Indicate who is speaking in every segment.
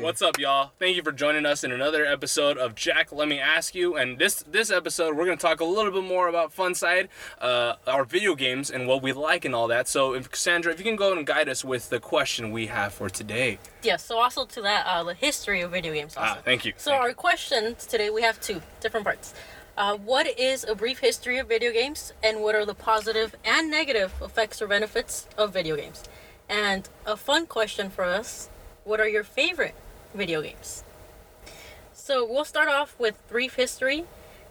Speaker 1: What's up, y'all? Thank you for joining us in another episode of Jack. Let me ask you. And this this episode, we're gonna talk a little bit more about fun side, uh, our video games, and what we like and all that. So, if Cassandra, if you can go and guide us with the question we have for today.
Speaker 2: Yeah, so also to that, uh, the history of video games. Also.
Speaker 1: Ah, thank you.
Speaker 2: So
Speaker 1: Thank
Speaker 2: our questions today, we have two different parts. Uh, what is a brief history of video games, and what are the positive and negative effects or benefits of video games? And a fun question for us: What are your favorite video games? So we'll start off with brief history,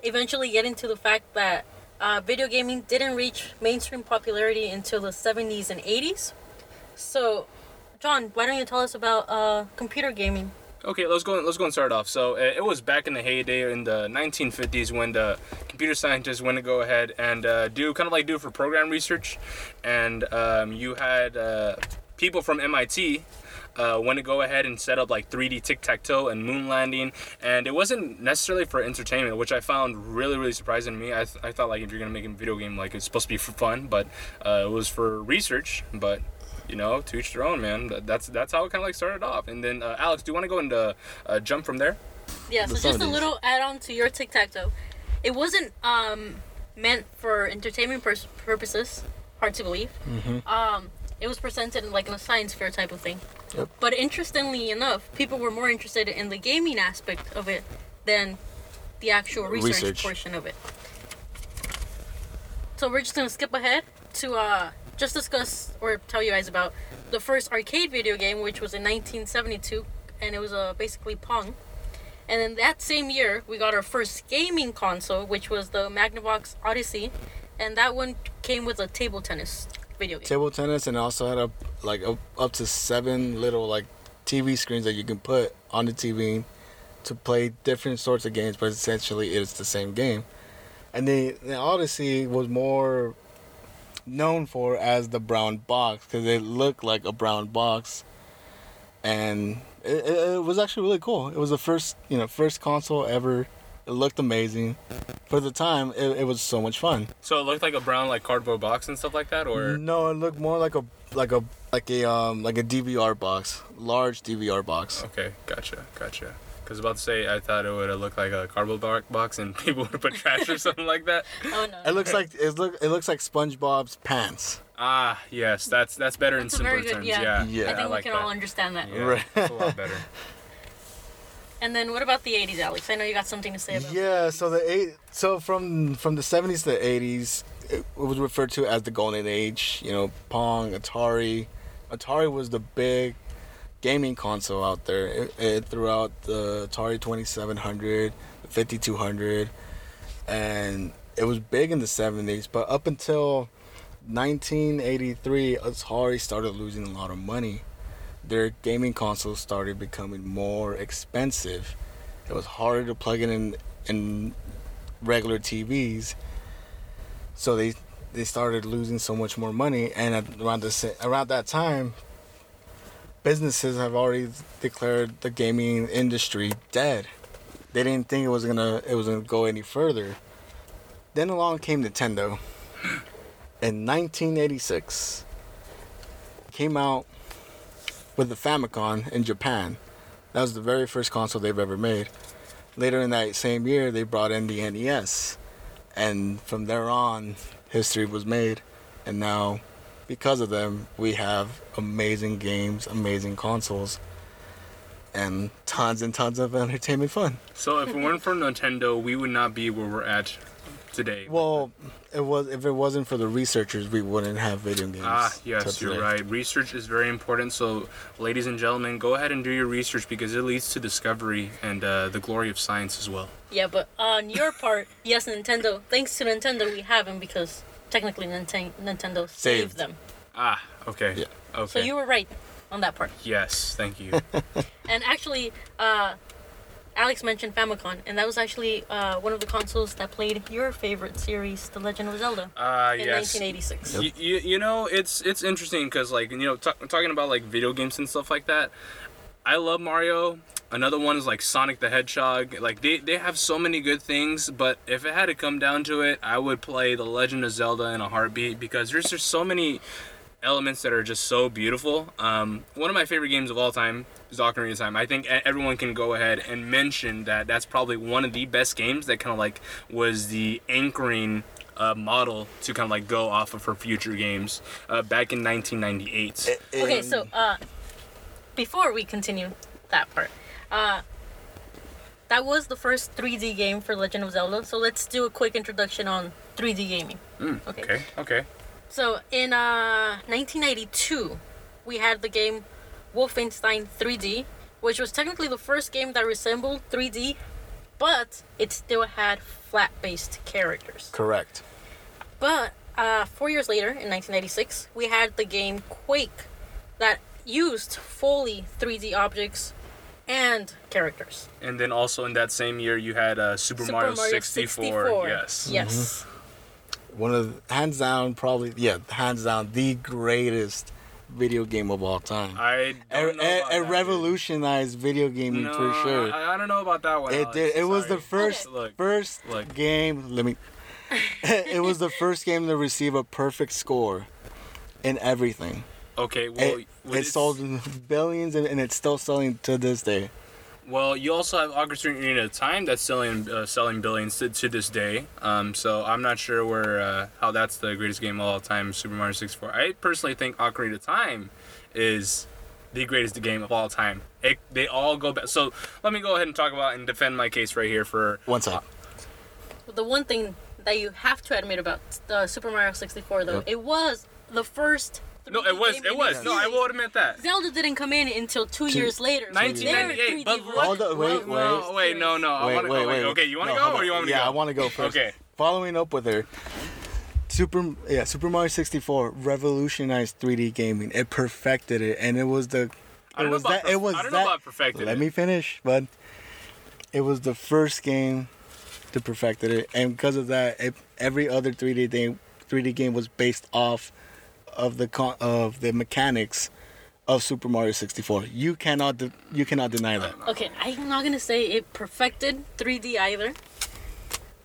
Speaker 2: eventually get into the fact that uh, video gaming didn't reach mainstream popularity until the 70s and 80s. So John, why don't you tell us about uh, computer gaming?
Speaker 1: Okay, let's go. Let's go and start off. So uh, it was back in the heyday in the 1950s when the computer scientists went to go ahead and uh, do kind of like do for program research, and um, you had uh, people from MIT. Uh, went to go ahead and set up like 3D tic tac toe and moon landing, and it wasn't necessarily for entertainment, which I found really really surprising to me. I, th- I thought like if you're gonna make a video game, like it's supposed to be for fun, but uh, it was for research. But you know, to each their own, man. Th- That's that's how it kind of like started off. And then uh, Alex, do you want to go and uh, uh, jump from there?
Speaker 2: Yeah, so
Speaker 3: The
Speaker 2: just a
Speaker 3: 70s.
Speaker 2: little add on to your tic tac toe. It wasn't um, meant for entertainment pers- purposes, hard to believe.
Speaker 3: Mm-hmm.
Speaker 2: Um, it was presented in, like in a science fair type of thing.
Speaker 3: Yep.
Speaker 2: But interestingly enough, people were more interested in the gaming aspect of it than the actual research,
Speaker 3: Research.
Speaker 2: portion of it. So we're just gonna skip ahead to uh, just discuss or tell you guys about the first arcade video game, which was in 1972, and it was uh, basically Pong. And then that same year, we got our first gaming console, which was the Magnavox Odyssey, and that one came with a table tennis video game.
Speaker 3: Table tennis, and it also had up like up, up to seven little like TV screens that you can put on the TV to play different sorts of games, but essentially it's the same game. And the, the Odyssey was more known for as the brown box because it looked like a brown box, and it, it, it was actually really cool. It was the first you know first console ever. It looked amazing. For the time, it, it was so much fun.
Speaker 1: So it looked like a brown like cardboard box and stuff like that, or
Speaker 3: No, it looked more like a like a like a um like a DVR box, large DVR box.
Speaker 1: okay, gotcha, gotcha. Cause about to say, I thought it would have looked like a cardboard bo- box and people would have put trash or something like that.
Speaker 2: Oh
Speaker 3: It
Speaker 2: no.
Speaker 3: looks like it look it looks like SpongeBob's pants.
Speaker 1: Ah, yes, that's that's better in
Speaker 2: That's a
Speaker 1: simpler
Speaker 2: very good-
Speaker 1: terms.
Speaker 2: yeah.
Speaker 1: Yeah,
Speaker 3: Yeah.
Speaker 2: I think we
Speaker 1: like
Speaker 2: can
Speaker 1: that.
Speaker 2: all understand that.
Speaker 1: Yeah,
Speaker 3: Right.
Speaker 1: that's a lot better.
Speaker 2: And then what about the 80s, Alex? I know you got something to say about
Speaker 3: Yeah, so the eight so from from the 70s to the 80s, it was referred to as the golden age, you know, Pong, Atari. Atari was the big gaming console out there. It, it threw out the Atari 2700, the 5200, and it was big in the 70s, but up until 1983, Atari started losing a lot of money. Their gaming consoles started becoming more expensive. It was harder to plug it in in regular TVs, so they they started losing so much more money. And at- around the sa- around that time, businesses have already declared the gaming industry dead. They didn't think it was gonna it was gonna go any further. Then along came Nintendo. In 1986, came out with the Famicom in Japan. That was the very first console they've ever made. Later in that same year, they brought in the NES, and from there on, history was made. And now, because of them, we have amazing games, amazing consoles, and tons and tons of entertainment fun.
Speaker 1: So if it weren't for Nintendo, we would not be where we're at today.
Speaker 3: Well, it was if it wasn't for the researchers, we wouldn't have video games.
Speaker 1: Ah, yes,
Speaker 3: to
Speaker 1: you're
Speaker 3: play.
Speaker 1: right. Research is very important. So, ladies and gentlemen, go ahead and do your research because it leads to discovery and uh, the glory of science as well.
Speaker 2: Yeah, but on your part, yes, Nintendo. Thanks to Nintendo, we have them because technically Ninten- Nintendo saved,
Speaker 3: Saved.
Speaker 2: them.
Speaker 1: Ah, okay.
Speaker 3: Yeah.
Speaker 2: So
Speaker 1: Okay.
Speaker 2: you were right on that part.
Speaker 1: Yes, thank you.
Speaker 2: And actually, uh, Alex mentioned Famicom, and that was actually uh, one of the consoles that played your favorite series, The Legend of Zelda,
Speaker 1: Ah,
Speaker 2: in
Speaker 1: yes.
Speaker 2: 1986.
Speaker 1: You, you, you know it's it's interesting because like you know t- talking about like video games and stuff like that i love mario another one is like sonic the hedgehog like they, they have so many good things but if it had to come down to it i would play the legend of zelda in a heartbeat because there's just so many elements that are just so beautiful um, one of my favorite games of all time is Ocarina of Time. I think e- everyone can go ahead and mention that that's probably one of the best games that kind of like was the anchoring uh, model to kind of like go off of for future games uh, back in 1998.
Speaker 2: Okay,
Speaker 3: And-
Speaker 2: so uh, before we continue that part, uh, that was the first 3D game for Legend of Zelda. So let's do a quick introduction on 3D gaming. okay.
Speaker 1: Hmm, Okay, okay.
Speaker 2: So in uh, 1992, we had the game Wolfenstein 3D, which was technically the first game that resembled 3D, but it still had flat-based characters.
Speaker 3: correct.
Speaker 2: But uh, four years later, in 1996, we had the game Quake that used fully 3D objects and characters.
Speaker 1: And then also in that same year, you had uh, Super, Mario, 64. Yes.
Speaker 2: Yes.
Speaker 3: One of the, hands down, probably yeah, hands down the greatest video game of all time.
Speaker 1: I
Speaker 3: It,
Speaker 1: don't know
Speaker 3: it-
Speaker 1: about
Speaker 3: it
Speaker 1: that,
Speaker 3: revolutionized video gaming
Speaker 1: dude. No,
Speaker 3: for sure.
Speaker 1: I, I don't know about that one.
Speaker 3: it
Speaker 1: Alex,
Speaker 3: did. It was
Speaker 1: sorry.
Speaker 3: the first
Speaker 1: Look,
Speaker 3: first
Speaker 1: look.
Speaker 3: game. Let me. it was the first game to receive a perfect score in everything.
Speaker 1: Okay, well,
Speaker 3: It,
Speaker 1: well,
Speaker 3: it sold billions and, and it's still selling to this day.
Speaker 1: Well, you also have Ocarina of Time that's selling uh, selling billions to, to this day. Um, so I'm not sure where uh, how that's the greatest game of all time, Super Mario 64. I personally think Ocarina of Time is the greatest game of all time. It, they all go back. So let me go ahead and talk about and defend my case right here for
Speaker 3: One sec. Mm-hmm.
Speaker 2: The one thing that you have to admit about uh, Super Mario 64, though,
Speaker 3: Yep.
Speaker 2: it was the first.
Speaker 1: no,
Speaker 2: 3D
Speaker 1: it was
Speaker 2: game
Speaker 1: it
Speaker 2: in
Speaker 1: was
Speaker 2: its
Speaker 1: no, I
Speaker 2: series.
Speaker 1: will admit that.
Speaker 2: Zelda didn't come in until two
Speaker 3: Two-
Speaker 2: years later. with their
Speaker 1: 1998,
Speaker 2: 3D
Speaker 1: but
Speaker 2: version.
Speaker 1: look-
Speaker 3: Hold on, wait, wait.
Speaker 1: No, Oh, wait, no, no. I
Speaker 3: wait,
Speaker 1: wanna,
Speaker 3: wait,
Speaker 1: oh,
Speaker 3: wait.
Speaker 1: Okay, you want to
Speaker 3: No,
Speaker 1: go
Speaker 3: hold
Speaker 1: or
Speaker 3: on.
Speaker 1: you want me to
Speaker 3: yeah,
Speaker 1: go?
Speaker 3: I want to go first.
Speaker 1: Okay.
Speaker 3: Following up with her, Super yeah, Super Mario 64 revolutionized 3D gaming. It perfected it, and it was the
Speaker 1: I
Speaker 3: it
Speaker 1: don't know
Speaker 3: was
Speaker 1: about
Speaker 3: that
Speaker 1: perf-
Speaker 3: it was
Speaker 1: I don't know
Speaker 3: that.
Speaker 1: about perfected
Speaker 3: let
Speaker 1: it.
Speaker 3: me finish, bud. It was the first game to perfected it, and because of that, it, every other 3D game 3D game was based off of the con- of the mechanics of Super Mario 64. You cannot de- you cannot deny that.
Speaker 2: Okay, I'm not gonna say it perfected 3D either.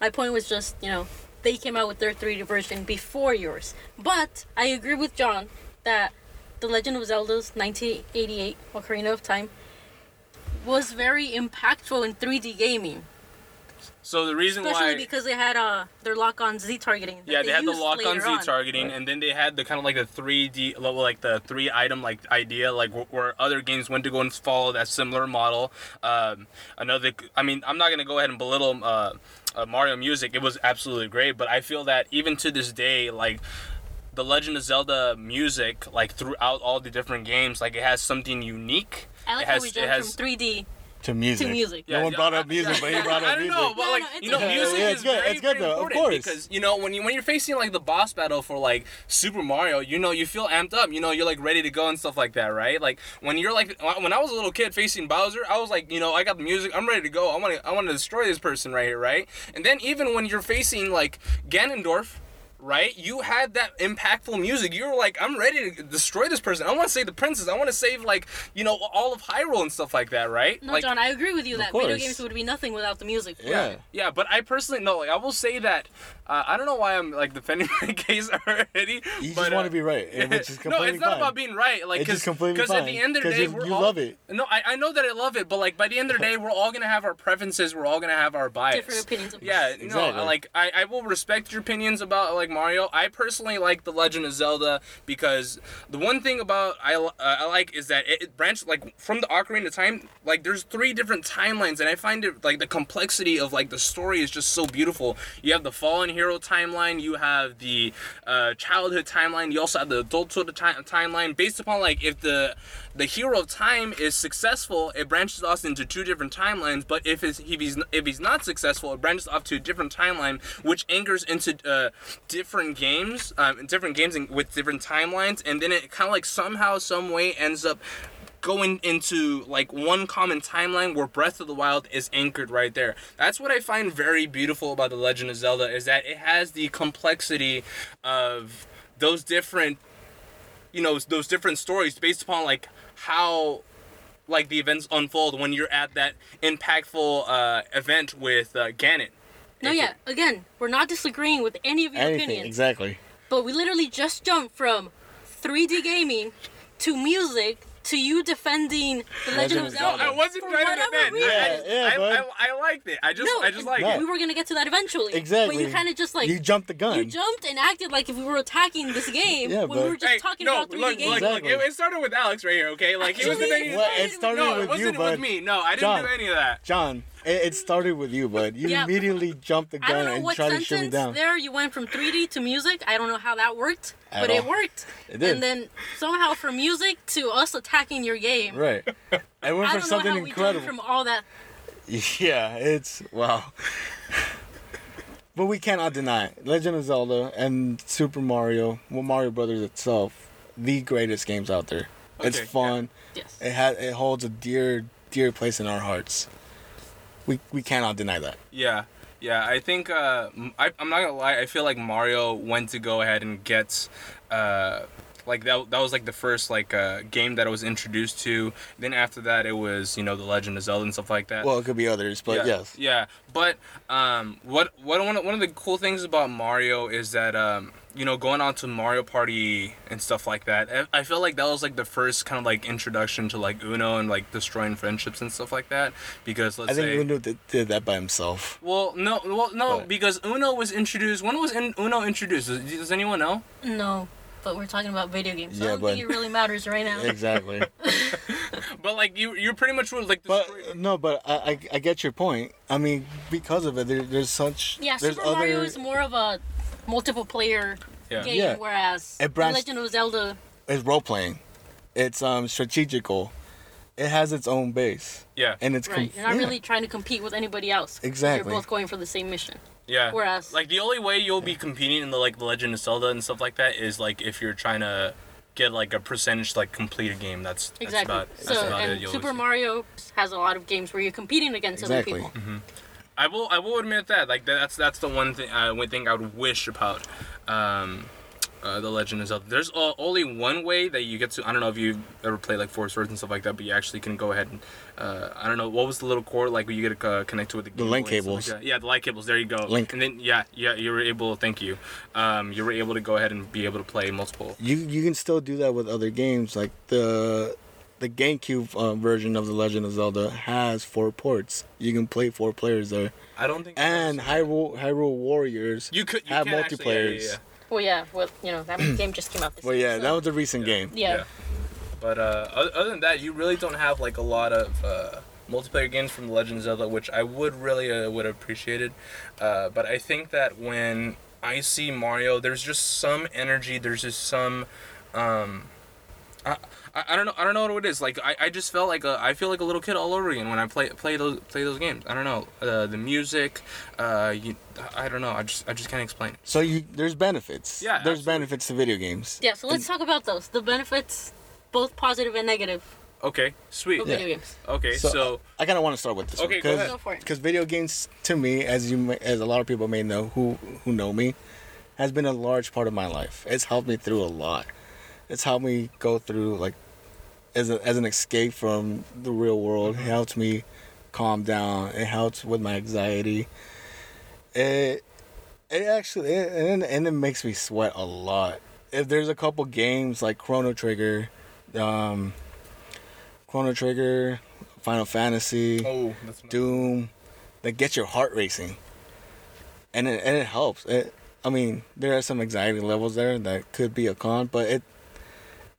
Speaker 2: My point was just, you know, they came out with their 3D version before yours. But I agree with John that The Legend of Zelda's 1988 Ocarina of Time was very impactful in 3D gaming,
Speaker 1: So the reason
Speaker 2: especially
Speaker 1: why
Speaker 2: because they had uh their lock-on Z targeting. that
Speaker 1: Yeah, they, had the
Speaker 2: used
Speaker 1: lock on
Speaker 2: later
Speaker 1: Z targeting, and then they had the kind of like the three D level, like the three item like idea, like wh- where other games went to go and follow that similar model. Um, another, I mean, I'm not gonna go ahead and belittle uh, uh, Mario music. It was absolutely great, but I feel that even to this day, like the Legend of Zelda music, like throughout all the different games, like it has something unique.
Speaker 2: I like
Speaker 1: it has,
Speaker 2: how we
Speaker 1: it
Speaker 2: jumped
Speaker 1: has-
Speaker 2: from 3D
Speaker 3: To music.
Speaker 2: music.
Speaker 3: No one brought up
Speaker 1: I-
Speaker 3: music,
Speaker 1: yeah,
Speaker 3: but he
Speaker 1: yeah,
Speaker 3: brought
Speaker 1: I
Speaker 3: up
Speaker 1: don't
Speaker 3: music.
Speaker 1: know, but
Speaker 2: No,
Speaker 1: like
Speaker 2: no, it's
Speaker 1: you know,
Speaker 2: okay.
Speaker 1: music
Speaker 3: Yeah,
Speaker 1: is
Speaker 3: it's good,
Speaker 1: very,
Speaker 3: it's good
Speaker 1: very
Speaker 3: though, of
Speaker 1: important
Speaker 3: course.
Speaker 1: because you know when you when you're facing like the boss battle for like Super Mario, you know you feel amped up, you know you're like ready to go and stuff like that, right? Like when you're like when I was a little kid facing Bowser, I was like you know I got the music, I'm ready to go, I want to I want to destroy this person right here, right? And then even when you're facing like Ganondorf. Right, you had that impactful music. You were like, "I'm ready to destroy this person. I want to save the princess. I want to save like, you know, all of Hyrule and stuff like that." Right?
Speaker 2: No,
Speaker 1: like,
Speaker 2: John, I agree with you that video
Speaker 3: course.
Speaker 2: games would be nothing without the music.
Speaker 3: Yeah.
Speaker 1: yeah, but I personally no. Like, I will say that uh, I don't know why I'm like defending my case already.
Speaker 3: You just
Speaker 1: but,
Speaker 3: want
Speaker 1: uh,
Speaker 3: to be right, and- which is
Speaker 1: no,
Speaker 3: completely
Speaker 1: it's not
Speaker 3: fine.
Speaker 1: about being right. Like,
Speaker 3: It's
Speaker 1: because
Speaker 3: just completely
Speaker 1: at
Speaker 3: fine,
Speaker 1: the end of the
Speaker 3: 'cause
Speaker 1: day,
Speaker 3: you-
Speaker 1: we're
Speaker 3: you
Speaker 1: all,
Speaker 3: love it.
Speaker 1: No, I, I know that I love it, but like by the end of the day, we're all gonna have our preferences. We're all gonna have our bias.
Speaker 2: Different opinions of
Speaker 1: Yeah,
Speaker 2: course.
Speaker 1: no,
Speaker 3: Exactly.
Speaker 1: like I, I will respect your opinions about like Mario. I personally like the Legend of Zelda because the one thing about I li- uh, I like is that it, it branched like from the Ocarina of Time. Like there's three different timelines, and I find it like the complexity of like the story is just so beautiful. You have the fallen hero timeline. You have the uh, childhood timeline. You also have the adulthood time- timeline. Based upon like if the the hero of time is successful, it branches off into two different timelines. But if it's, if he's if he's not successful, it branches off to a different timeline, which anchors into uh, different games, um, different games in, with different timelines, and then it kind of like somehow, some way ends up going into like one common timeline where Breath of the Wild is anchored right there. That's what I find very beautiful about the Legend of Zelda is that it has the complexity of those different you know those different stories based upon like how like the events unfold when you're at that impactful uh, event with uh, Ganon.
Speaker 2: No,
Speaker 1: If
Speaker 2: yeah. Again, we're not disagreeing with any of your
Speaker 3: Anything,
Speaker 2: opinions,
Speaker 3: exactly.
Speaker 2: but we literally just jumped from 3D gaming to music to you defending The Legend of
Speaker 3: of
Speaker 2: Zelda.
Speaker 3: Zelda.
Speaker 1: I wasn't
Speaker 2: For
Speaker 1: trying to
Speaker 2: whatever
Speaker 1: defend.
Speaker 2: reason-
Speaker 1: I, I just-
Speaker 3: Yeah, yeah,
Speaker 1: I,
Speaker 3: bud.
Speaker 1: I, I liked it. I just,
Speaker 2: No,
Speaker 1: I just like
Speaker 3: Yeah.
Speaker 1: it.
Speaker 2: we were gonna get to that eventually.
Speaker 3: Exactly.
Speaker 2: But you kind of just like
Speaker 3: you jumped the gun.
Speaker 2: you jumped and acted like if we were attacking this game
Speaker 3: Yeah,
Speaker 2: when we
Speaker 3: but-
Speaker 2: were just
Speaker 1: Hey,
Speaker 2: talking
Speaker 1: no,
Speaker 2: about 3D
Speaker 1: look,
Speaker 2: games.
Speaker 1: look, look, it,
Speaker 3: Exactly.
Speaker 1: it started with Alex right here, okay? Like he was the
Speaker 2: Actually,
Speaker 1: thing.
Speaker 3: Well, it started
Speaker 1: no, it
Speaker 3: with you,
Speaker 1: wasn't with
Speaker 3: bud.
Speaker 1: me. No, I didn't
Speaker 3: John.
Speaker 1: do any of that.
Speaker 3: John, it, it started with you, bud. You
Speaker 2: Yeah.
Speaker 3: immediately jumped the
Speaker 2: I don't
Speaker 3: gun
Speaker 2: know
Speaker 3: and
Speaker 2: what
Speaker 3: tried to shoot me
Speaker 2: sentence
Speaker 3: down.
Speaker 2: there you went from 3D to music. I don't know how that worked,
Speaker 3: At
Speaker 2: but it
Speaker 3: all.
Speaker 2: worked.
Speaker 3: It did.
Speaker 2: And then somehow from music to us attacking your game.
Speaker 3: Right. I went
Speaker 2: I
Speaker 3: for
Speaker 2: don't know
Speaker 3: something
Speaker 2: how we jumped
Speaker 3: incredible.
Speaker 2: from all that.
Speaker 3: Yeah, it's wow. but we cannot deny it. Legend of Zelda and Super Mario, well Mario Brothers itself, the greatest games out there. it's
Speaker 1: Okay, yeah.
Speaker 3: fun.
Speaker 2: Yes.
Speaker 3: It has it holds a dear dear place in our hearts. We we cannot deny that.
Speaker 1: Yeah, yeah. I think uh, m- I, am not gonna lie. I feel like Mario went to go ahead and get, uh, like that. That was like the first like uh, game that I was introduced to. Then after that, it was you know the Legend of Zelda and stuff like that.
Speaker 3: Well, it could be others, but yes.
Speaker 1: Yeah, but um, what what one of, one of the cool things about Mario is that um, you know going on to Mario Party and stuff like that. I, I feel like that was like the first kind of like introduction to like Uno and like destroying friendships and stuff like that. Because let's
Speaker 3: I think
Speaker 1: say
Speaker 3: Uno did, did that by himself.
Speaker 1: well, no, well, no,
Speaker 3: What?
Speaker 1: because Uno was introduced. When was in, Uno introduced? Does, does anyone know?
Speaker 2: No, but we're talking about video games. So I
Speaker 3: Yeah,
Speaker 2: don't
Speaker 3: but-
Speaker 2: think it really matters right now.
Speaker 3: Exactly.
Speaker 1: But like you, you're pretty much like. The
Speaker 3: but no, but I, I I get your point. I mean, because of it, there, there's such
Speaker 2: Yeah,
Speaker 3: there's
Speaker 2: Super Mario is more of a multiple player
Speaker 1: yeah.
Speaker 2: game,
Speaker 3: Yeah.
Speaker 2: whereas
Speaker 3: It branched-
Speaker 2: Legend of Zelda.
Speaker 3: it's role playing. It's um strategical. It has its own base,
Speaker 1: yeah,
Speaker 3: and it's
Speaker 2: Right,
Speaker 3: com-
Speaker 2: you're not
Speaker 3: yeah.
Speaker 2: really trying to compete with anybody else. 'cause
Speaker 3: Exactly.
Speaker 2: You're both going for the same mission.
Speaker 1: yeah.
Speaker 2: whereas-
Speaker 1: like the only way you'll be competing in the like the Legend of Zelda and stuff like that is like if you're trying to get like a percentage to, like complete a game. That's that's
Speaker 2: Exactly.
Speaker 1: about- that's
Speaker 2: so,
Speaker 1: about it,
Speaker 2: and
Speaker 1: you'll
Speaker 2: Super
Speaker 1: always-
Speaker 2: Mario has a lot of games where you're competing against
Speaker 3: Exactly.
Speaker 2: other people.
Speaker 1: I will I will admit that like that's that's the one thing uh, one thing I would wish about um, uh, the Legend of Zelda. There's o- only one way that you get to I don't know if you ever played like Four Swords and stuff like that, but you actually can go ahead and uh, I don't know what was the little cord like where you get to uh, connect with the, Game
Speaker 3: link
Speaker 1: Boy and stuff
Speaker 3: cables.
Speaker 1: Like that. yeah, the light cables. There you go.
Speaker 3: Link.
Speaker 1: And then yeah yeah you were able thank you um, you were able to go ahead and be able to play multiple.
Speaker 3: You you can still do that with other games like the the GameCube uh, version of the Legend of Zelda has four ports. You can play four players there,
Speaker 1: I don't think
Speaker 3: and Hyrule Hyrule Warriors.
Speaker 1: you could you
Speaker 3: have
Speaker 1: can actually- yeah,
Speaker 3: multiplayers.
Speaker 1: yeah, yeah.
Speaker 2: Well, yeah, well, you know, that game just came out this
Speaker 3: Well,
Speaker 2: year,
Speaker 3: yeah,
Speaker 2: so-
Speaker 3: that was a recent game.
Speaker 2: Yeah.
Speaker 1: But uh, oth- other than that, you really don't have like a lot of uh, multiplayer games from The Legend of Zelda, which I would really uh, would have appreciated. Uh, but I think that when I see Mario, there's just some energy. There's just some. Um, I, I I don't know I don't know what it is like I, I just felt like a, I feel like a little kid all over again when I play play those play those games I don't know uh, the music uh, you I I don't know I just I just can't explain it.
Speaker 3: So you there's benefits.
Speaker 1: Yeah,
Speaker 3: there's
Speaker 1: absolutely.
Speaker 3: benefits to video games.
Speaker 2: Yeah, so let's talk about those. The benefits, both positive and negative,
Speaker 1: okay sweet
Speaker 2: of video games.
Speaker 1: okay
Speaker 3: So,
Speaker 1: so
Speaker 3: I kind of want to start with this
Speaker 1: Okay,
Speaker 3: one
Speaker 1: go ahead.
Speaker 2: Go for it.
Speaker 3: because video games to me, as you may- as a lot of people may know who who know me, has been a large part of my life. It's helped me through a lot. It's helped me go through like as a, as an escape from the real world.
Speaker 1: Mm-hmm.
Speaker 3: It helps me calm down. It helps with my anxiety. It it actually it, and and it makes me sweat a lot. If there's a couple games like Chrono Trigger, um, Chrono Trigger, Final Fantasy,
Speaker 1: oh that's
Speaker 3: Doom that get your heart racing. And it, and it helps. It, I mean, there are some anxiety levels there that could be a con, but it,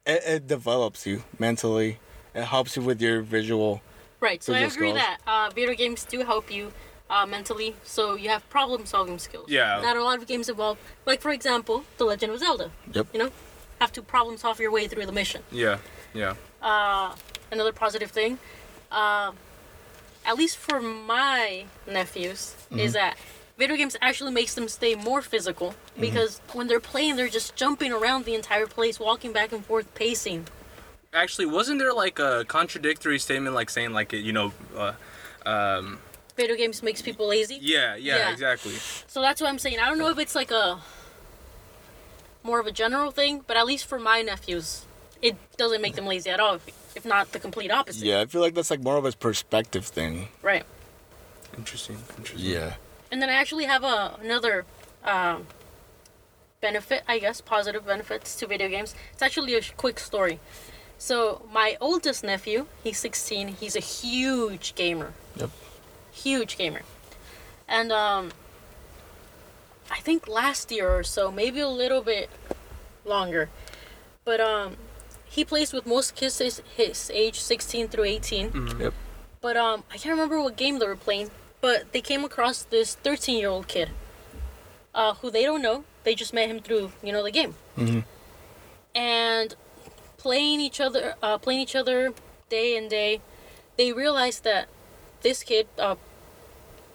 Speaker 3: it it develops you mentally. It helps you with your visual.
Speaker 2: Right, so I
Speaker 3: Visual
Speaker 2: agree
Speaker 3: skills.
Speaker 2: that uh, video games do help you uh, mentally, so you have problem solving skills.
Speaker 1: Yeah.
Speaker 2: That a lot of games involve, like, for example, The Legend of Zelda.
Speaker 3: Yep.
Speaker 2: You know, have to problem solve your way through the mission.
Speaker 1: yeah yeah
Speaker 2: uh, another positive thing, uh, at least for my nephews, is that video games actually makes them stay more physical because when they're playing, they're just jumping around the entire place, walking back and forth, pacing.
Speaker 1: actually wasn't there like a contradictory statement like saying like you know uh, um,
Speaker 2: Video games makes people lazy.
Speaker 1: yeah, yeah
Speaker 2: Yeah.
Speaker 1: exactly
Speaker 2: So that's what I'm saying. I don't know if it's like a more of a general thing, but at least for my nephews, it doesn't make them lazy at all. If, if not the complete opposite.
Speaker 3: Yeah, I feel like that's like more of a perspective thing.
Speaker 2: Right.
Speaker 1: interesting interesting
Speaker 3: Yeah.
Speaker 2: And then I actually have a, another um, benefit, I guess, positive benefits to video games. It's actually a sh- quick story. So my oldest nephew, he's 16. He's a huge gamer.
Speaker 3: Yep.
Speaker 2: Huge gamer. And um, I think last year or so, maybe a little bit longer, but um, he plays with most kids his, his age 16 through 18.
Speaker 3: Yep.
Speaker 2: But um, I can't remember what game they were playing. But they came across this 13 year old kid, uh, who they don't know. They just met him through you know the game.
Speaker 3: Mhm.
Speaker 2: And playing each other, uh, playing each other day and day, they realized that this kid uh,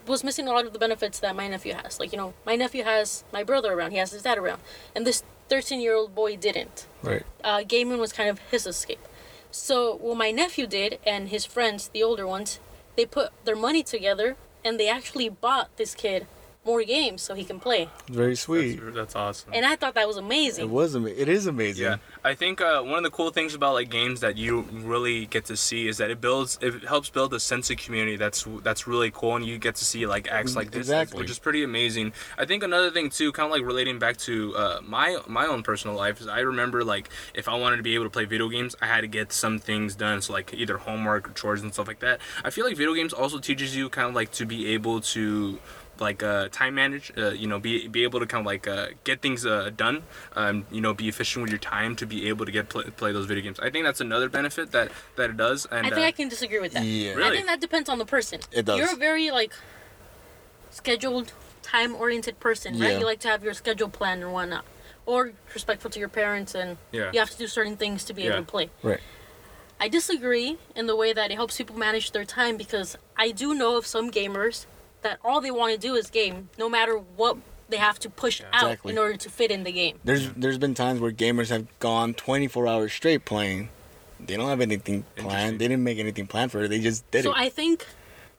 Speaker 2: was missing a lot of the benefits that my nephew has. Like you know, my nephew has my brother around. He has his dad around, and this 13 year old boy didn't
Speaker 3: Right.
Speaker 2: uh, gaming was kind of his escape. So what my nephew did and his friends, the older ones, they put their money together and they actually bought this kid more games so he can play.
Speaker 3: Very sweet.
Speaker 1: That's, that's awesome.
Speaker 2: And I thought that was
Speaker 3: It
Speaker 2: amazing.
Speaker 3: was ama- it is amazing.
Speaker 1: Yeah, I think uh, one of the cool things about like games that you really get to see is that it builds, it helps build a sense of community. That's that's really cool, and you get to see like acts like this,
Speaker 3: Exactly.
Speaker 1: which is pretty amazing. I think another thing too, kind of like relating back to uh, my my own personal life, is I remember like if I wanted to be able to play video games, I had to get some things done, so like either homework or chores and stuff like that. I feel like video games also teaches you kind of like to be able to like uh, time manage, uh, you know, be be able to kind of like uh, get things uh, done, um, you know, be efficient with your time to be able to get play, play those video games. I think that's another benefit that that it does. And
Speaker 2: I
Speaker 1: uh,
Speaker 2: think I can disagree with that. I
Speaker 3: Yeah.
Speaker 1: Really?
Speaker 2: think that depends on the person.
Speaker 3: It does.
Speaker 2: You're a very like scheduled, time oriented person, right?
Speaker 3: Yeah.
Speaker 2: You like to have your schedule planned and whatnot. Or respectful to your parents and
Speaker 1: Yeah.
Speaker 2: you have to do certain things to be
Speaker 1: Yeah.
Speaker 2: able to play.
Speaker 3: Right.
Speaker 2: I disagree in the way that it helps people manage their time because I do know of some gamers that all they want to do is game, no matter what they have to push out
Speaker 3: Exactly.
Speaker 2: in order to fit in the game.
Speaker 3: There's there's been times where gamers have gone 24 hours straight playing. They don't have anything
Speaker 1: Interesting.
Speaker 3: planned. They didn't make anything planned for it. They just did
Speaker 2: so
Speaker 3: it.
Speaker 2: I think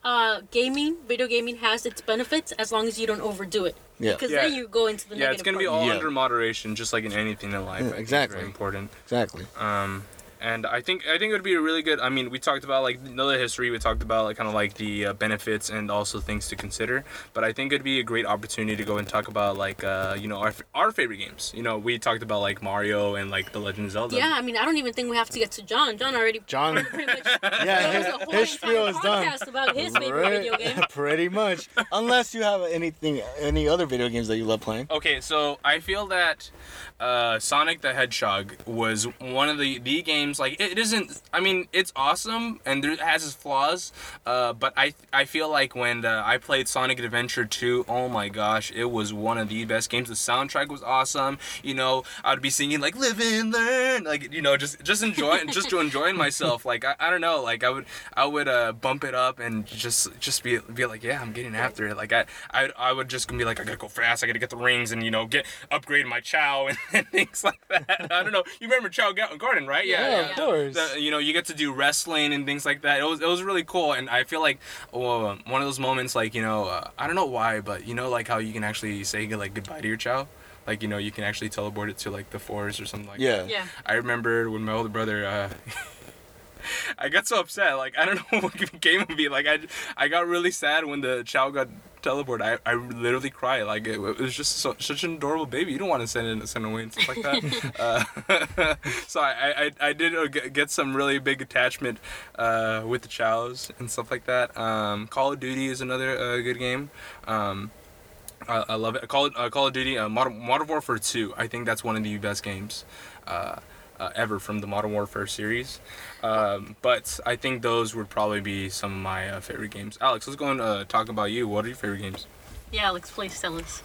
Speaker 2: uh, gaming, video gaming, has its benefits as long as you don't overdo it.
Speaker 3: yeah.
Speaker 2: Because
Speaker 1: Yeah.
Speaker 2: then you go into the
Speaker 1: yeah, it's
Speaker 2: negative
Speaker 1: gonna be
Speaker 2: part.
Speaker 1: all
Speaker 3: Yeah.
Speaker 1: under moderation, just like in anything in life. I think it's
Speaker 3: exactly.
Speaker 1: Very important.
Speaker 3: Exactly.
Speaker 1: Um, and I think I think it would be a really good. I mean, we talked about like another history. We talked about like kind of like the uh, benefits and also things to consider. But I think it'd be a great opportunity to go and talk about like uh, you know our, f- our favorite games. You know, we talked about like Mario and like The Legend of Zelda.
Speaker 2: Yeah, I mean, I don't even think we have to get to John. John already
Speaker 3: John.
Speaker 2: pretty much
Speaker 3: Yeah,
Speaker 2: There was
Speaker 3: his,
Speaker 2: a whole
Speaker 3: his
Speaker 2: entire
Speaker 3: spiel is done.
Speaker 2: podcast about his favorite
Speaker 3: Right.
Speaker 2: video game.
Speaker 3: Pretty much. Unless you have anything, any other video games that you love playing.
Speaker 1: Okay, so I feel that uh, Sonic the Hedgehog was one of the, the games. Like it isn't. I mean, it's awesome and there, it has its flaws. Uh, but I I feel like when uh, I played Sonic Adventure 2, oh my gosh, it was one of the best games. The soundtrack was awesome. You know, I'd be singing like "Live and Learn," like you know, just just enjoying just enjoying myself. Like I, I don't know, like I would I would uh, bump it up and just just be be like, yeah, I'm getting after it. Like I I, I would just be like, I gotta go fast. I gotta get the rings and you know get upgrade my Chow and, things like that. I don't know. You remember Chow Ga- Garden, right?
Speaker 2: Yeah, Oh, of
Speaker 3: course.
Speaker 1: The- you know, you get to do wrestling and things like that. It was it was really cool, and I feel like well, one of those moments, like you know, uh, I don't know why, but you know, like how you can actually say like goodbye to your Chow. Like you know, you can actually teleport it to like the forest or something like that.
Speaker 3: Yeah.
Speaker 2: Yeah.
Speaker 1: I remember when my older brother. Uh, I got so upset. Like I don't know what game would be. Like I, I got really sad when the child got teleported. I, I literally cried. Like it, it was just so, such an adorable baby. You don't want to send it send away and stuff like that. uh, so I, I I did uh, get- get some really big attachment uh, with the chows and stuff like that. Um, Call of Duty is another uh, good game. Um, I, I love it. Call it uh, Call of Duty, uh, Modern, Modern Warfare Two. I think that's one of the best games uh, uh, ever from the Modern Warfare series. Um, but I think those would probably be some of my uh, favorite games. Alex, let's go and uh, talk about you. What are your favorite games?
Speaker 2: Yeah, Alex, please tell us.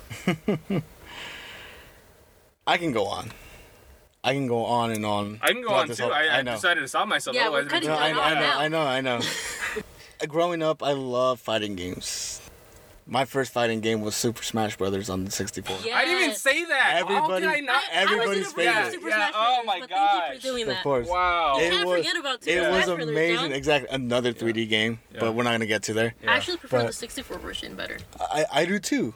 Speaker 3: I can go on. I can go on and on.
Speaker 1: I can go
Speaker 3: throughout
Speaker 1: on
Speaker 3: this
Speaker 1: too.
Speaker 3: whole-
Speaker 1: I, I,
Speaker 3: know.
Speaker 1: decided to stop myself.
Speaker 2: Yeah, we're
Speaker 1: otherwise it'd be
Speaker 2: cutting
Speaker 3: No,
Speaker 1: too
Speaker 3: I,
Speaker 2: down
Speaker 1: long.
Speaker 3: I know,
Speaker 2: now.
Speaker 3: I know, I know. Growing up, I love fighting games. My first fighting game was Super Smash Brothers on the 64.
Speaker 2: Yeah.
Speaker 1: I didn't even say that. How
Speaker 3: Everybody-
Speaker 1: did I not?
Speaker 2: I- I was
Speaker 3: Everybody's
Speaker 2: gonna bring up
Speaker 1: favorite.
Speaker 2: Super
Speaker 1: Yeah,
Speaker 2: Smash
Speaker 1: oh
Speaker 2: Brothers,
Speaker 1: my
Speaker 2: but Thank you
Speaker 1: gosh.
Speaker 2: for doing
Speaker 3: Of
Speaker 2: that.
Speaker 3: course.
Speaker 1: Wow.
Speaker 3: It
Speaker 2: Kinda
Speaker 3: was-
Speaker 2: Oh, forget about Super
Speaker 3: It
Speaker 2: Smash
Speaker 3: was
Speaker 2: Brothers,
Speaker 3: amazing.
Speaker 2: John.
Speaker 3: Exactly. Another 3D game,
Speaker 1: Yeah.
Speaker 3: but we're not going to get to there.
Speaker 1: Yeah.
Speaker 2: I actually prefer the
Speaker 3: But-
Speaker 2: 64 version better.
Speaker 3: I, I do too.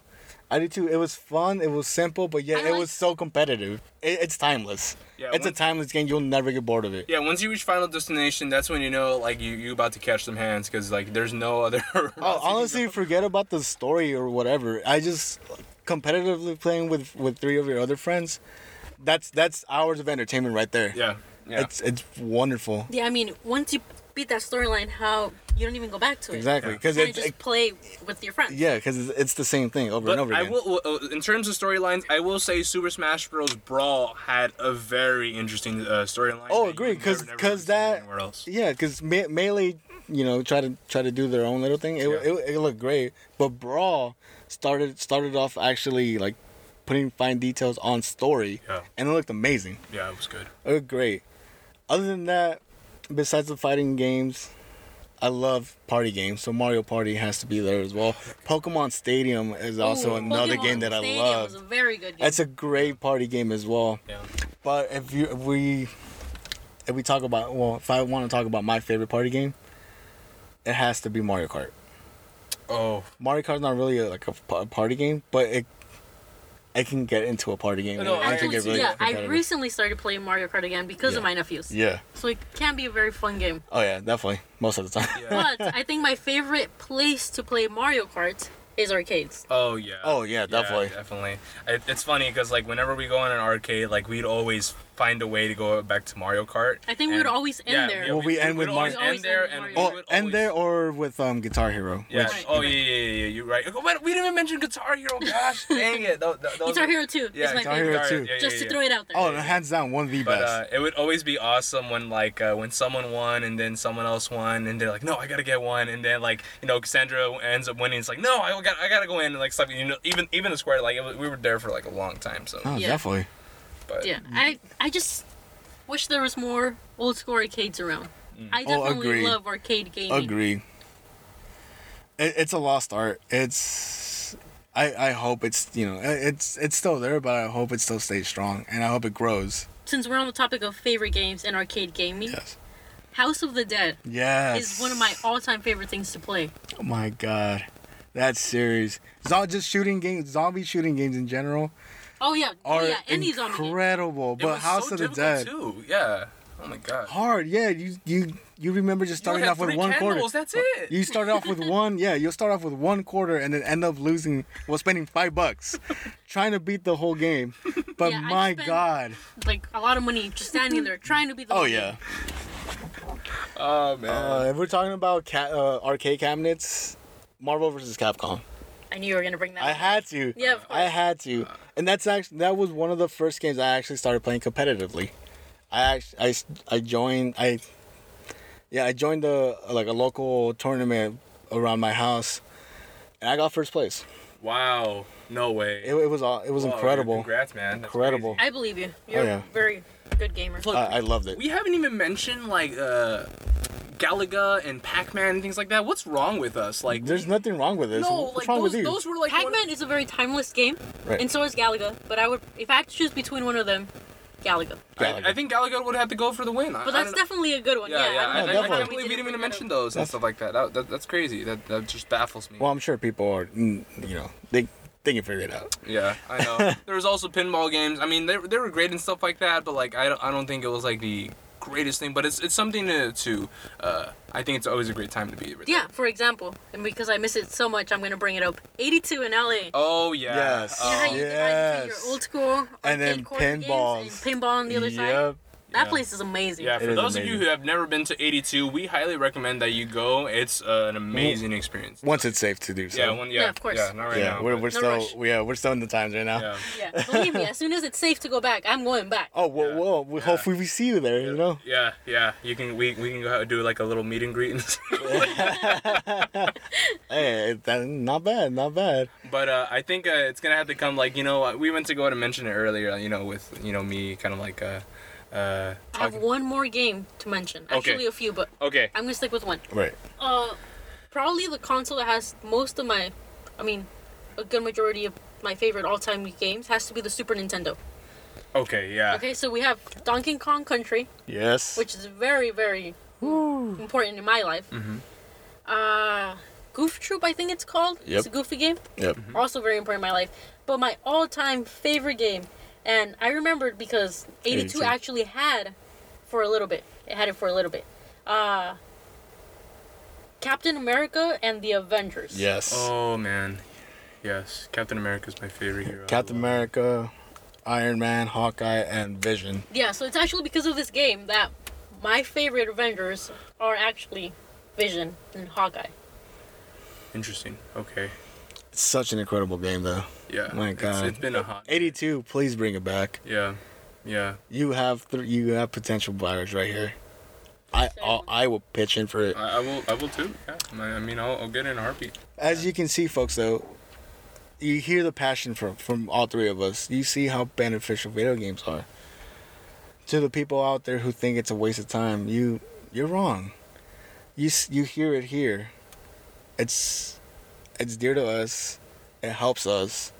Speaker 3: I do too. It was fun. It was simple, but yet
Speaker 2: I
Speaker 3: it
Speaker 2: like-
Speaker 3: was so competitive. It, it's timeless.
Speaker 1: Yeah,
Speaker 3: it's a
Speaker 1: one-
Speaker 3: timeless game. You'll never get bored of it.
Speaker 1: Yeah, once you reach final destination, that's when you know like you you about to catch some hands because like there's no other.
Speaker 3: Oh, honestly, forget about the story or whatever. I just competitively playing with with three of your other friends. That's that's hours of entertainment right there.
Speaker 1: Yeah. Yeah.
Speaker 3: It's it's wonderful.
Speaker 2: Yeah, I mean, once you beat that storyline, how you don't even go back to it.
Speaker 3: Exactly,
Speaker 2: You
Speaker 3: because
Speaker 2: kinda
Speaker 3: it's
Speaker 2: just play with your friends.
Speaker 3: yeah, because it's, it's the same thing over
Speaker 1: But
Speaker 3: and over
Speaker 1: I
Speaker 3: again.
Speaker 1: will, uh, in terms of storylines, I will say Super Smash Bros. Brawl had a very interesting uh, storyline.
Speaker 3: Oh,
Speaker 1: that
Speaker 3: agree,
Speaker 1: you've never-
Speaker 3: 'cause-
Speaker 1: never
Speaker 3: 'cause
Speaker 1: really seen
Speaker 3: that-
Speaker 1: anywhere else.
Speaker 3: Yeah, because me- melee, you know, try to try to do their own little thing. It,
Speaker 1: Yeah.
Speaker 3: it, it looked great, but brawl started started off actually like putting fine details on story,
Speaker 1: Yeah.
Speaker 3: and it looked amazing.
Speaker 1: Yeah, it was good.
Speaker 3: It looked great. Other than that, besides the fighting games, I love party games. So Mario Party has to be there as well. Pokemon Stadium is also
Speaker 2: Ooh,
Speaker 3: another
Speaker 2: Pokemon
Speaker 3: game that I
Speaker 2: Stadium
Speaker 3: love.
Speaker 2: Was a very good game.
Speaker 3: That's a great party game as well.
Speaker 1: Yeah.
Speaker 3: But if you if we if we talk about well, if I want to talk about my favorite party game, it has to be Mario Kart.
Speaker 1: Oh,
Speaker 3: Mario Kart's not really a, like a pa- party game, but it it can get into a party game.
Speaker 1: No,
Speaker 3: and
Speaker 1: I
Speaker 3: it can
Speaker 2: Actually,
Speaker 1: think
Speaker 3: get
Speaker 1: it's-
Speaker 3: really
Speaker 2: yeah, I
Speaker 3: competitive.
Speaker 2: recently started playing Mario Kart again because of
Speaker 3: Yeah.
Speaker 2: my nephews.
Speaker 3: yeah.
Speaker 2: So it can be a very fun game.
Speaker 3: Oh yeah, definitely. Most of the time.
Speaker 1: yeah.
Speaker 2: But I think my favorite place to play Mario Kart is arcades.
Speaker 1: Oh yeah.
Speaker 3: Oh, yeah, definitely.
Speaker 1: definitely. It, it's funny because like whenever we go in an arcade, like we'd always find a way to go back to Mario Kart.
Speaker 2: I think we would
Speaker 1: And-
Speaker 2: always end
Speaker 1: yeah,
Speaker 2: there.
Speaker 1: Yeah,
Speaker 3: Well, we end
Speaker 1: we'd
Speaker 3: with
Speaker 1: always
Speaker 2: Mario-
Speaker 1: End there,
Speaker 2: Always end
Speaker 1: and
Speaker 2: with
Speaker 1: we
Speaker 2: Mario
Speaker 3: Oh,
Speaker 1: would
Speaker 3: and
Speaker 1: always-
Speaker 3: there or with um Guitar Hero.
Speaker 1: Yeah.
Speaker 3: which-
Speaker 1: oh yeah, yeah, yeah, yeah. You're right. Oh, wait, we didn't even mention Guitar Hero. Gosh, dang it. Those, those
Speaker 2: Guitar Hero 2
Speaker 1: Yeah,
Speaker 2: is my
Speaker 1: Guitar
Speaker 2: favorite.
Speaker 3: Hero
Speaker 1: Sorry,
Speaker 3: too.
Speaker 1: yeah, yeah,
Speaker 2: Just
Speaker 1: yeah.
Speaker 2: to throw it out there.
Speaker 3: Oh, hands down, one of the
Speaker 1: But
Speaker 3: best.
Speaker 1: uh, it would always be awesome when like uh, when someone won and then someone else won and they're like, no, I gotta get one, and then like you know Cassandra ends up winning. It's like, no, I got I gotta go in and like stuff. You know, even even the square like it, was- we were there for like a long time. So,
Speaker 3: oh,
Speaker 2: yeah.
Speaker 3: definitely.
Speaker 1: but
Speaker 2: yeah,
Speaker 3: Mm.
Speaker 2: I I just wish there was more old school arcades around. I
Speaker 3: Oh,
Speaker 2: definitely
Speaker 3: agree.
Speaker 2: love arcade gaming.
Speaker 3: Agree. It, it's a lost art. It's I I hope it's you know it- it's it's still there, but I hope it still stays strong, and I hope it grows.
Speaker 2: Since we're on the topic of favorite games and arcade gaming,
Speaker 3: Yes.
Speaker 2: House of the Dead
Speaker 3: Yes.
Speaker 2: is one of my all-time favorite things to play.
Speaker 3: Oh my god, that series. Zo- just shooting games, zombie shooting games in general
Speaker 2: Oh yeah, oh
Speaker 3: are
Speaker 2: yeah, any zombie game.
Speaker 3: incredible.
Speaker 1: It
Speaker 3: But
Speaker 1: was
Speaker 3: House
Speaker 1: so
Speaker 3: of the
Speaker 1: difficult,
Speaker 3: Dead,
Speaker 1: too. Yeah. Oh my god.
Speaker 3: hard. Yeah, you you you remember just starting off with one quarter.
Speaker 1: That's it.
Speaker 3: You start off with one, yeah. You'll start off with one quarter and then end up losing, well, spending five bucks, trying to beat the whole game. But
Speaker 2: Yeah, I
Speaker 3: my
Speaker 2: spent-
Speaker 3: God,
Speaker 2: Like a lot of money just standing there trying to be the.
Speaker 3: oh
Speaker 2: leader.
Speaker 3: yeah.
Speaker 1: oh man.
Speaker 3: Uh, if we're talking about ca- uh, arcade cabinets, Marvel vs. Capcom.
Speaker 2: I knew you were gonna bring that.
Speaker 3: I
Speaker 2: up.
Speaker 3: had to.
Speaker 2: Yeah, of
Speaker 3: I
Speaker 2: course.
Speaker 3: had to, and that's actually that was one of the first games I actually started playing competitively. I actually I, s- I joined I. Yeah, I joined the like a local tournament around my house, and I got first place.
Speaker 1: wow. No way.
Speaker 3: It, it was aw- it was
Speaker 1: Wow, dude,
Speaker 3: incredible.
Speaker 1: Congrats, man. That's
Speaker 3: Incredible.
Speaker 1: crazy.
Speaker 2: I believe you. You're
Speaker 3: Oh, yeah.
Speaker 2: a very good gamer.
Speaker 1: Look,
Speaker 3: I, I loved it.
Speaker 1: we haven't even mentioned like uh, Galaga and Pac-Man and things like that. What's wrong with us? Like,
Speaker 3: There's
Speaker 1: we-
Speaker 3: nothing wrong with this.
Speaker 1: no.
Speaker 3: What's
Speaker 1: like
Speaker 3: wrong
Speaker 1: those,
Speaker 3: with you?
Speaker 1: those were like. one-
Speaker 2: Pac-Man is a very timeless game,
Speaker 3: Right.
Speaker 2: and so is Galaga. But I would, if I had to choose between one of them, Galaga.
Speaker 3: Galaga.
Speaker 1: I, I think Galaga would have to go for the win. I-
Speaker 2: But
Speaker 1: I
Speaker 2: that's
Speaker 1: don't know.
Speaker 2: definitely a good one.
Speaker 1: Yeah, yeah. I,
Speaker 2: don't
Speaker 1: I,
Speaker 2: know
Speaker 1: I
Speaker 2: why
Speaker 3: definitely.
Speaker 1: can't believe we didn't even
Speaker 2: bring
Speaker 1: mention
Speaker 2: that up.
Speaker 1: those and stuff like that. That, that. That's crazy. That that just baffles me.
Speaker 3: well, I'm sure people are. mm, You know, they they can figure it out.
Speaker 1: Yeah, I know. there was also pinball games. I mean, they, they were great and stuff like that, but like I don't, I don't think it was like the greatest thing. But it's it's something to, to uh, I think it's always a great time to be. with.
Speaker 2: Yeah, for example, and because I miss it so much, I'm gonna bring it up. 82 in LA.
Speaker 1: Oh yeah.
Speaker 3: Yes.
Speaker 2: you know how you
Speaker 1: Oh,
Speaker 2: divide into
Speaker 3: yes.
Speaker 2: your old school
Speaker 3: And then
Speaker 2: arcade court games
Speaker 3: pinballs.
Speaker 2: and pinball on the other side.
Speaker 3: Yep.
Speaker 2: That
Speaker 1: Yeah.
Speaker 2: place is amazing.
Speaker 1: yeah, for
Speaker 3: is
Speaker 1: those of you
Speaker 3: amazing.
Speaker 1: who have never been to 82, we highly recommend that you go. It's uh, an amazing experience.
Speaker 3: Once it's safe to do so.
Speaker 1: Yeah, one, yeah,
Speaker 2: Yeah, of course.
Speaker 1: Yeah, not right
Speaker 3: yeah,
Speaker 1: now.
Speaker 3: we're,
Speaker 1: but-
Speaker 3: we're
Speaker 2: No
Speaker 3: still
Speaker 2: rush.
Speaker 3: yeah we're still in the times right now.
Speaker 1: yeah.
Speaker 2: Yeah, believe me, as soon as it's safe to go back, I'm going back.
Speaker 3: Oh well,
Speaker 1: Yeah.
Speaker 3: well we, hopefully we see you there. You know.
Speaker 1: yeah, yeah. You can we, we can go out and do like a little meet and greet. and-
Speaker 3: Hey, that, not bad, not bad.
Speaker 1: But uh, I think uh, it's gonna have to come like you know uh, we went to go ahead and mention it earlier you know with you know me kind of like uh, uh
Speaker 2: I have one more game to mention.
Speaker 1: Okay.
Speaker 2: Actually, a few, but
Speaker 1: okay
Speaker 2: I'm gonna stick with one.
Speaker 3: Right.
Speaker 2: Uh, probably the console that has most of my, I mean, a good majority of my favorite all-time games has to be the Super Nintendo.
Speaker 1: okay
Speaker 3: Ah.
Speaker 1: yeah
Speaker 2: Okay, so we have Donkey Kong Country,
Speaker 3: Yes.
Speaker 2: which is very very important in my life. Uh, Goof Troop, I think it's called.
Speaker 3: Yep. Mm-hmm.
Speaker 2: It's a goofy game.
Speaker 3: yep.
Speaker 2: Also very important in my life. But my all-time favorite game, and I remembered because 82,
Speaker 3: 82.
Speaker 2: actually had for a little bit. It had it for a little bit. Uh, Captain America and the Avengers.
Speaker 3: Yes.
Speaker 1: oh man yes Captain America is my favorite hero
Speaker 3: Captain America. Iron Man, Hawkeye, and Vision.
Speaker 2: Yeah, so it's actually because of this game that my favorite Avengers are actually Vision and Hawkeye.
Speaker 1: Interesting. Okay.
Speaker 3: It's such an incredible game, though.
Speaker 1: Yeah.
Speaker 3: My
Speaker 1: It's-
Speaker 3: God.
Speaker 1: it's been a hot.
Speaker 3: 82, please bring it back.
Speaker 1: Yeah. Yeah.
Speaker 3: You have th- you have potential buyers right here. I I'll, I will pitch in for it.
Speaker 1: I, I will. I will too. Yeah. I I mean, I'll, I'll get in a heartbeat.
Speaker 3: As you can see, folks, though, you hear the passion from from all three of us. You see how beneficial video games are to the people out there who think it's a waste of time. You you're wrong. You s- you hear it here. It's it's dear to us. It helps us.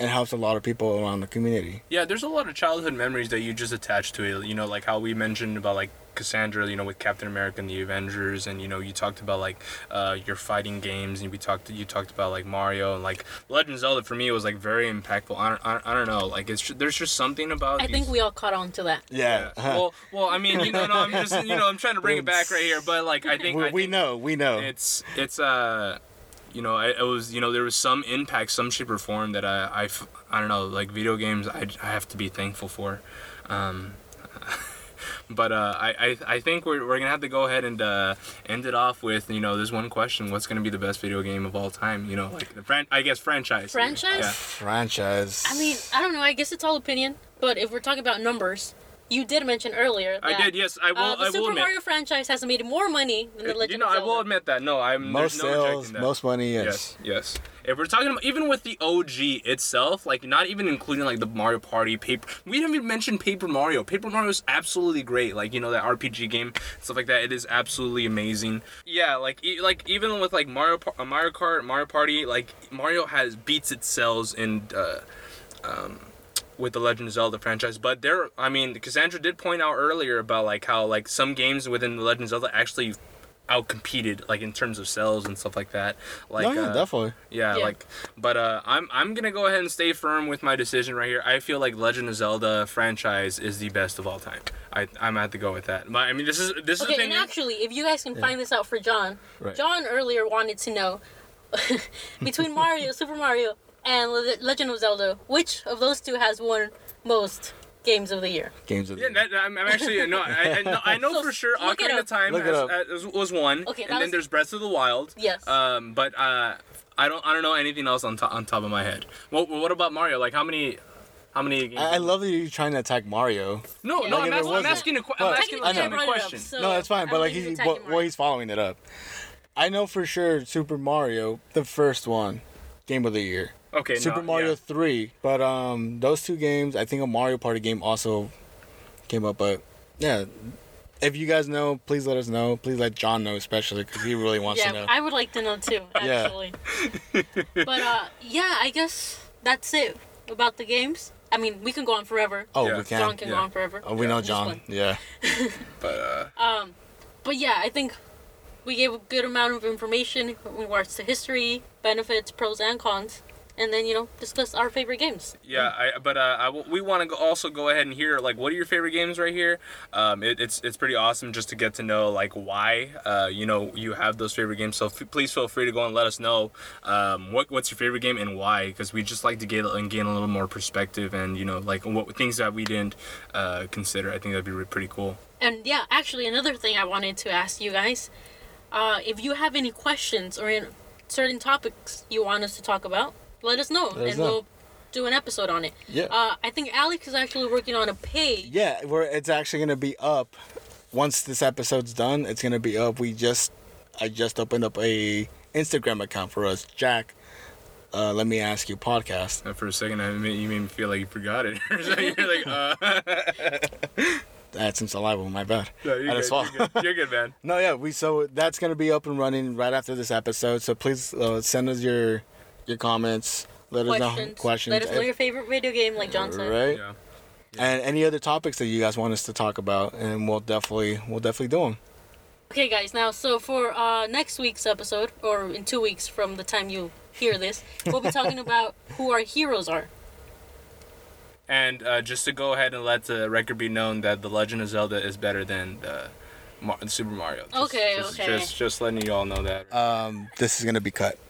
Speaker 3: It helps a lot of people around the community.
Speaker 1: Yeah, there's a lot of childhood memories that you just attach to it. You know, like how we mentioned about like Cassandra, you know, with Captain America and the Avengers, and you know, you talked about like uh, your fighting games, and we talked, you talked about like Mario and like Legend of Zelda. For me, was like very impactful. I don't, I don't, I don't know. Like it's ju- there's just something about.
Speaker 2: I think
Speaker 1: these-
Speaker 2: we all caught on to that.
Speaker 1: Yeah. Well, well, I mean, you know, no, I'm just, you know, I'm trying to bring it back right here, but like I think
Speaker 3: we,
Speaker 1: I
Speaker 3: we
Speaker 1: think-
Speaker 3: know. We know.
Speaker 1: it's it's uh you know I, it was you know there was some impact some shape or form that i i, f- I don't know like video games i, I have to be thankful for um but uh, I, I I think we're, we're gonna have to go ahead and uh, end it off with you know this one question what's gonna be the best video game of all time you know like the fran- I guess franchise
Speaker 2: Franchise?
Speaker 1: yeah
Speaker 3: franchise.
Speaker 2: I mean, I don't know. I guess it's all opinion. But if we're talking about numbers, you did mention earlier. That,
Speaker 1: I did yes I will
Speaker 2: uh, the
Speaker 1: I will
Speaker 2: Super
Speaker 1: admit
Speaker 2: Mario franchise has made more money than the
Speaker 1: Uh,
Speaker 2: Legend
Speaker 1: you know
Speaker 2: of
Speaker 1: I
Speaker 2: Zelda.
Speaker 1: will admit that no I'm
Speaker 3: most
Speaker 1: there's no
Speaker 3: sales,
Speaker 1: rejecting that.
Speaker 3: most money. Yes.
Speaker 1: Yes, yes. If we're talking about even with the OG itself, like not even including like the Mario Party paper, we haven't even mentioned Paper Mario. Paper Mario is absolutely great. Like you know that RPG game stuff like that. It is absolutely amazing. Yeah, like e- like even with like Mario Par- uh, Mario Kart, Mario Party, like Mario has beats itself in. Uh, with the Legend of Zelda franchise, but there, I mean, Cassandra did point out earlier about like how like some games within the Legend of Zelda actually outcompeted like in terms of sales and stuff like that. Like,
Speaker 3: no, yeah,
Speaker 1: uh,
Speaker 3: definitely.
Speaker 1: yeah,
Speaker 2: Yeah.
Speaker 1: like, but uh, I'm I'm gonna go ahead and stay firm with my decision right here. I feel like Legend of Zelda franchise is the best of all time. I I'm have to go with that. My, I mean, this is this is
Speaker 2: Okay, and
Speaker 1: opinion.
Speaker 2: actually, if you guys can find this out for John,
Speaker 3: Right.
Speaker 2: John earlier wanted to know between Mario, Super Mario, and Le- Legend of Zelda, which of those two has won most games of the year?
Speaker 3: Games of the
Speaker 1: yeah, that, I'm, I'm actually no, I, I know, I know
Speaker 2: So,
Speaker 1: for sure.
Speaker 2: look it
Speaker 1: Ocarina
Speaker 2: up.
Speaker 1: of Time
Speaker 3: Look it
Speaker 1: has,
Speaker 3: up.
Speaker 1: has- was one,
Speaker 2: Okay, that
Speaker 1: and then
Speaker 2: was-
Speaker 1: there's Breath of the Wild.
Speaker 2: Yes.
Speaker 1: Um, but uh, I don't I don't know anything else on top on top of my head. What what about Mario? Like how many how many games?
Speaker 3: I, I love that you're trying to attack Mario.
Speaker 1: no
Speaker 2: Yeah,
Speaker 1: no
Speaker 2: like if it
Speaker 1: I'm, ask, I'm
Speaker 2: wasn't-
Speaker 1: asking a que-
Speaker 3: Well,
Speaker 1: I'm asking
Speaker 2: Technically, I
Speaker 1: a
Speaker 2: brought it up,
Speaker 1: question.
Speaker 2: so
Speaker 3: no, that's fine,
Speaker 2: I
Speaker 3: but
Speaker 2: don't
Speaker 3: like
Speaker 2: think
Speaker 3: he,
Speaker 2: he's
Speaker 3: well,
Speaker 2: attacking
Speaker 3: well,
Speaker 2: Mario.
Speaker 3: he's following it up. I know for sure Super Mario, the first one, game of the year.
Speaker 1: Okay,
Speaker 3: Super
Speaker 1: no,
Speaker 3: Mario
Speaker 1: yeah.
Speaker 3: Three, but um, those two games, I think a Mario Party game also came up. But yeah, if you guys know, please let us know. Please let John know, especially because he really wants to
Speaker 2: yeah,
Speaker 3: know.
Speaker 2: I would like to know too, actually. but uh, yeah, I guess that's it about the games. I mean, we can go on forever.
Speaker 3: oh,
Speaker 1: Yeah.
Speaker 3: we can.
Speaker 2: John can go
Speaker 1: yeah.
Speaker 2: on forever.
Speaker 3: Oh, we know
Speaker 2: Just
Speaker 3: John.
Speaker 2: one.
Speaker 3: Yeah.
Speaker 1: But uh,
Speaker 2: Um, but yeah, I think we gave a good amount of information in regards to history, benefits, pros and cons, and then you know discuss our favorite games.
Speaker 1: Yeah, I, but uh, I w we want to also go ahead and hear like what are your favorite games right here. Um, it, it's it's pretty awesome just to get to know like why uh, you know you have those favorite games. So f- please feel free to go and let us know um, what what's your favorite game and why because we just like to get and gain a little more perspective and you know like what things that we didn't uh, consider. I think that'd be re- pretty cool.
Speaker 2: And yeah, actually, another thing I wanted to ask you guys, uh, if you have any questions or in certain topics you want us to talk about, let us know,
Speaker 3: Let us
Speaker 2: and
Speaker 3: know.
Speaker 2: we'll do an episode on it.
Speaker 3: Yeah.
Speaker 2: Uh, I think Alex is actually working on a page.
Speaker 3: Yeah, we're it's actually gonna be up once this episode's done. It's gonna be up. We just I just opened up a Instagram account for us, Jack. Uh, let me ask you podcast.
Speaker 1: Uh, for a second, I made, you made me feel like you forgot it. so you're like, uh,
Speaker 3: I had some saliva. My bad.
Speaker 1: no, you're,
Speaker 3: I
Speaker 1: good,
Speaker 3: just swallowed.
Speaker 1: you're good. You're good, man.
Speaker 3: no, yeah. We so that's gonna be up and running right after this episode. So please uh, send us your your comments. Let us know
Speaker 2: Questions.
Speaker 3: questions.
Speaker 2: Let us know your favorite video game, like John said.
Speaker 3: right.
Speaker 1: Yeah.
Speaker 3: And any other topics that you guys want us to talk about, and we'll definitely we'll definitely do them.
Speaker 2: Okay, guys. Now, so for uh, next week's episode, or in two weeks from the time you hear this, we'll be talking about who our heroes are.
Speaker 1: And uh, just to go ahead and let the record be known that the Legend of Zelda is better than the Mar- Super Mario. Just,
Speaker 2: Okay,
Speaker 1: just,
Speaker 2: okay.
Speaker 3: Uh,
Speaker 1: Just, just letting you all know that.
Speaker 3: Um, this is gonna be cut.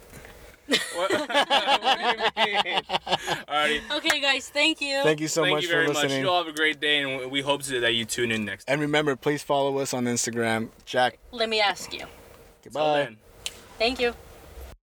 Speaker 1: What, what do you mean? Alrighty.
Speaker 2: Okay, guys, thank you.
Speaker 3: Thank you so
Speaker 1: Thank
Speaker 3: much
Speaker 1: you very
Speaker 3: for
Speaker 1: much.
Speaker 3: listening.
Speaker 1: You all have a great day, and we hope that you tune in next.
Speaker 3: And remember, please follow us on Instagram. Jack,
Speaker 2: Let me ask you.
Speaker 1: Till
Speaker 3: goodbye.
Speaker 1: then.
Speaker 2: Thank you.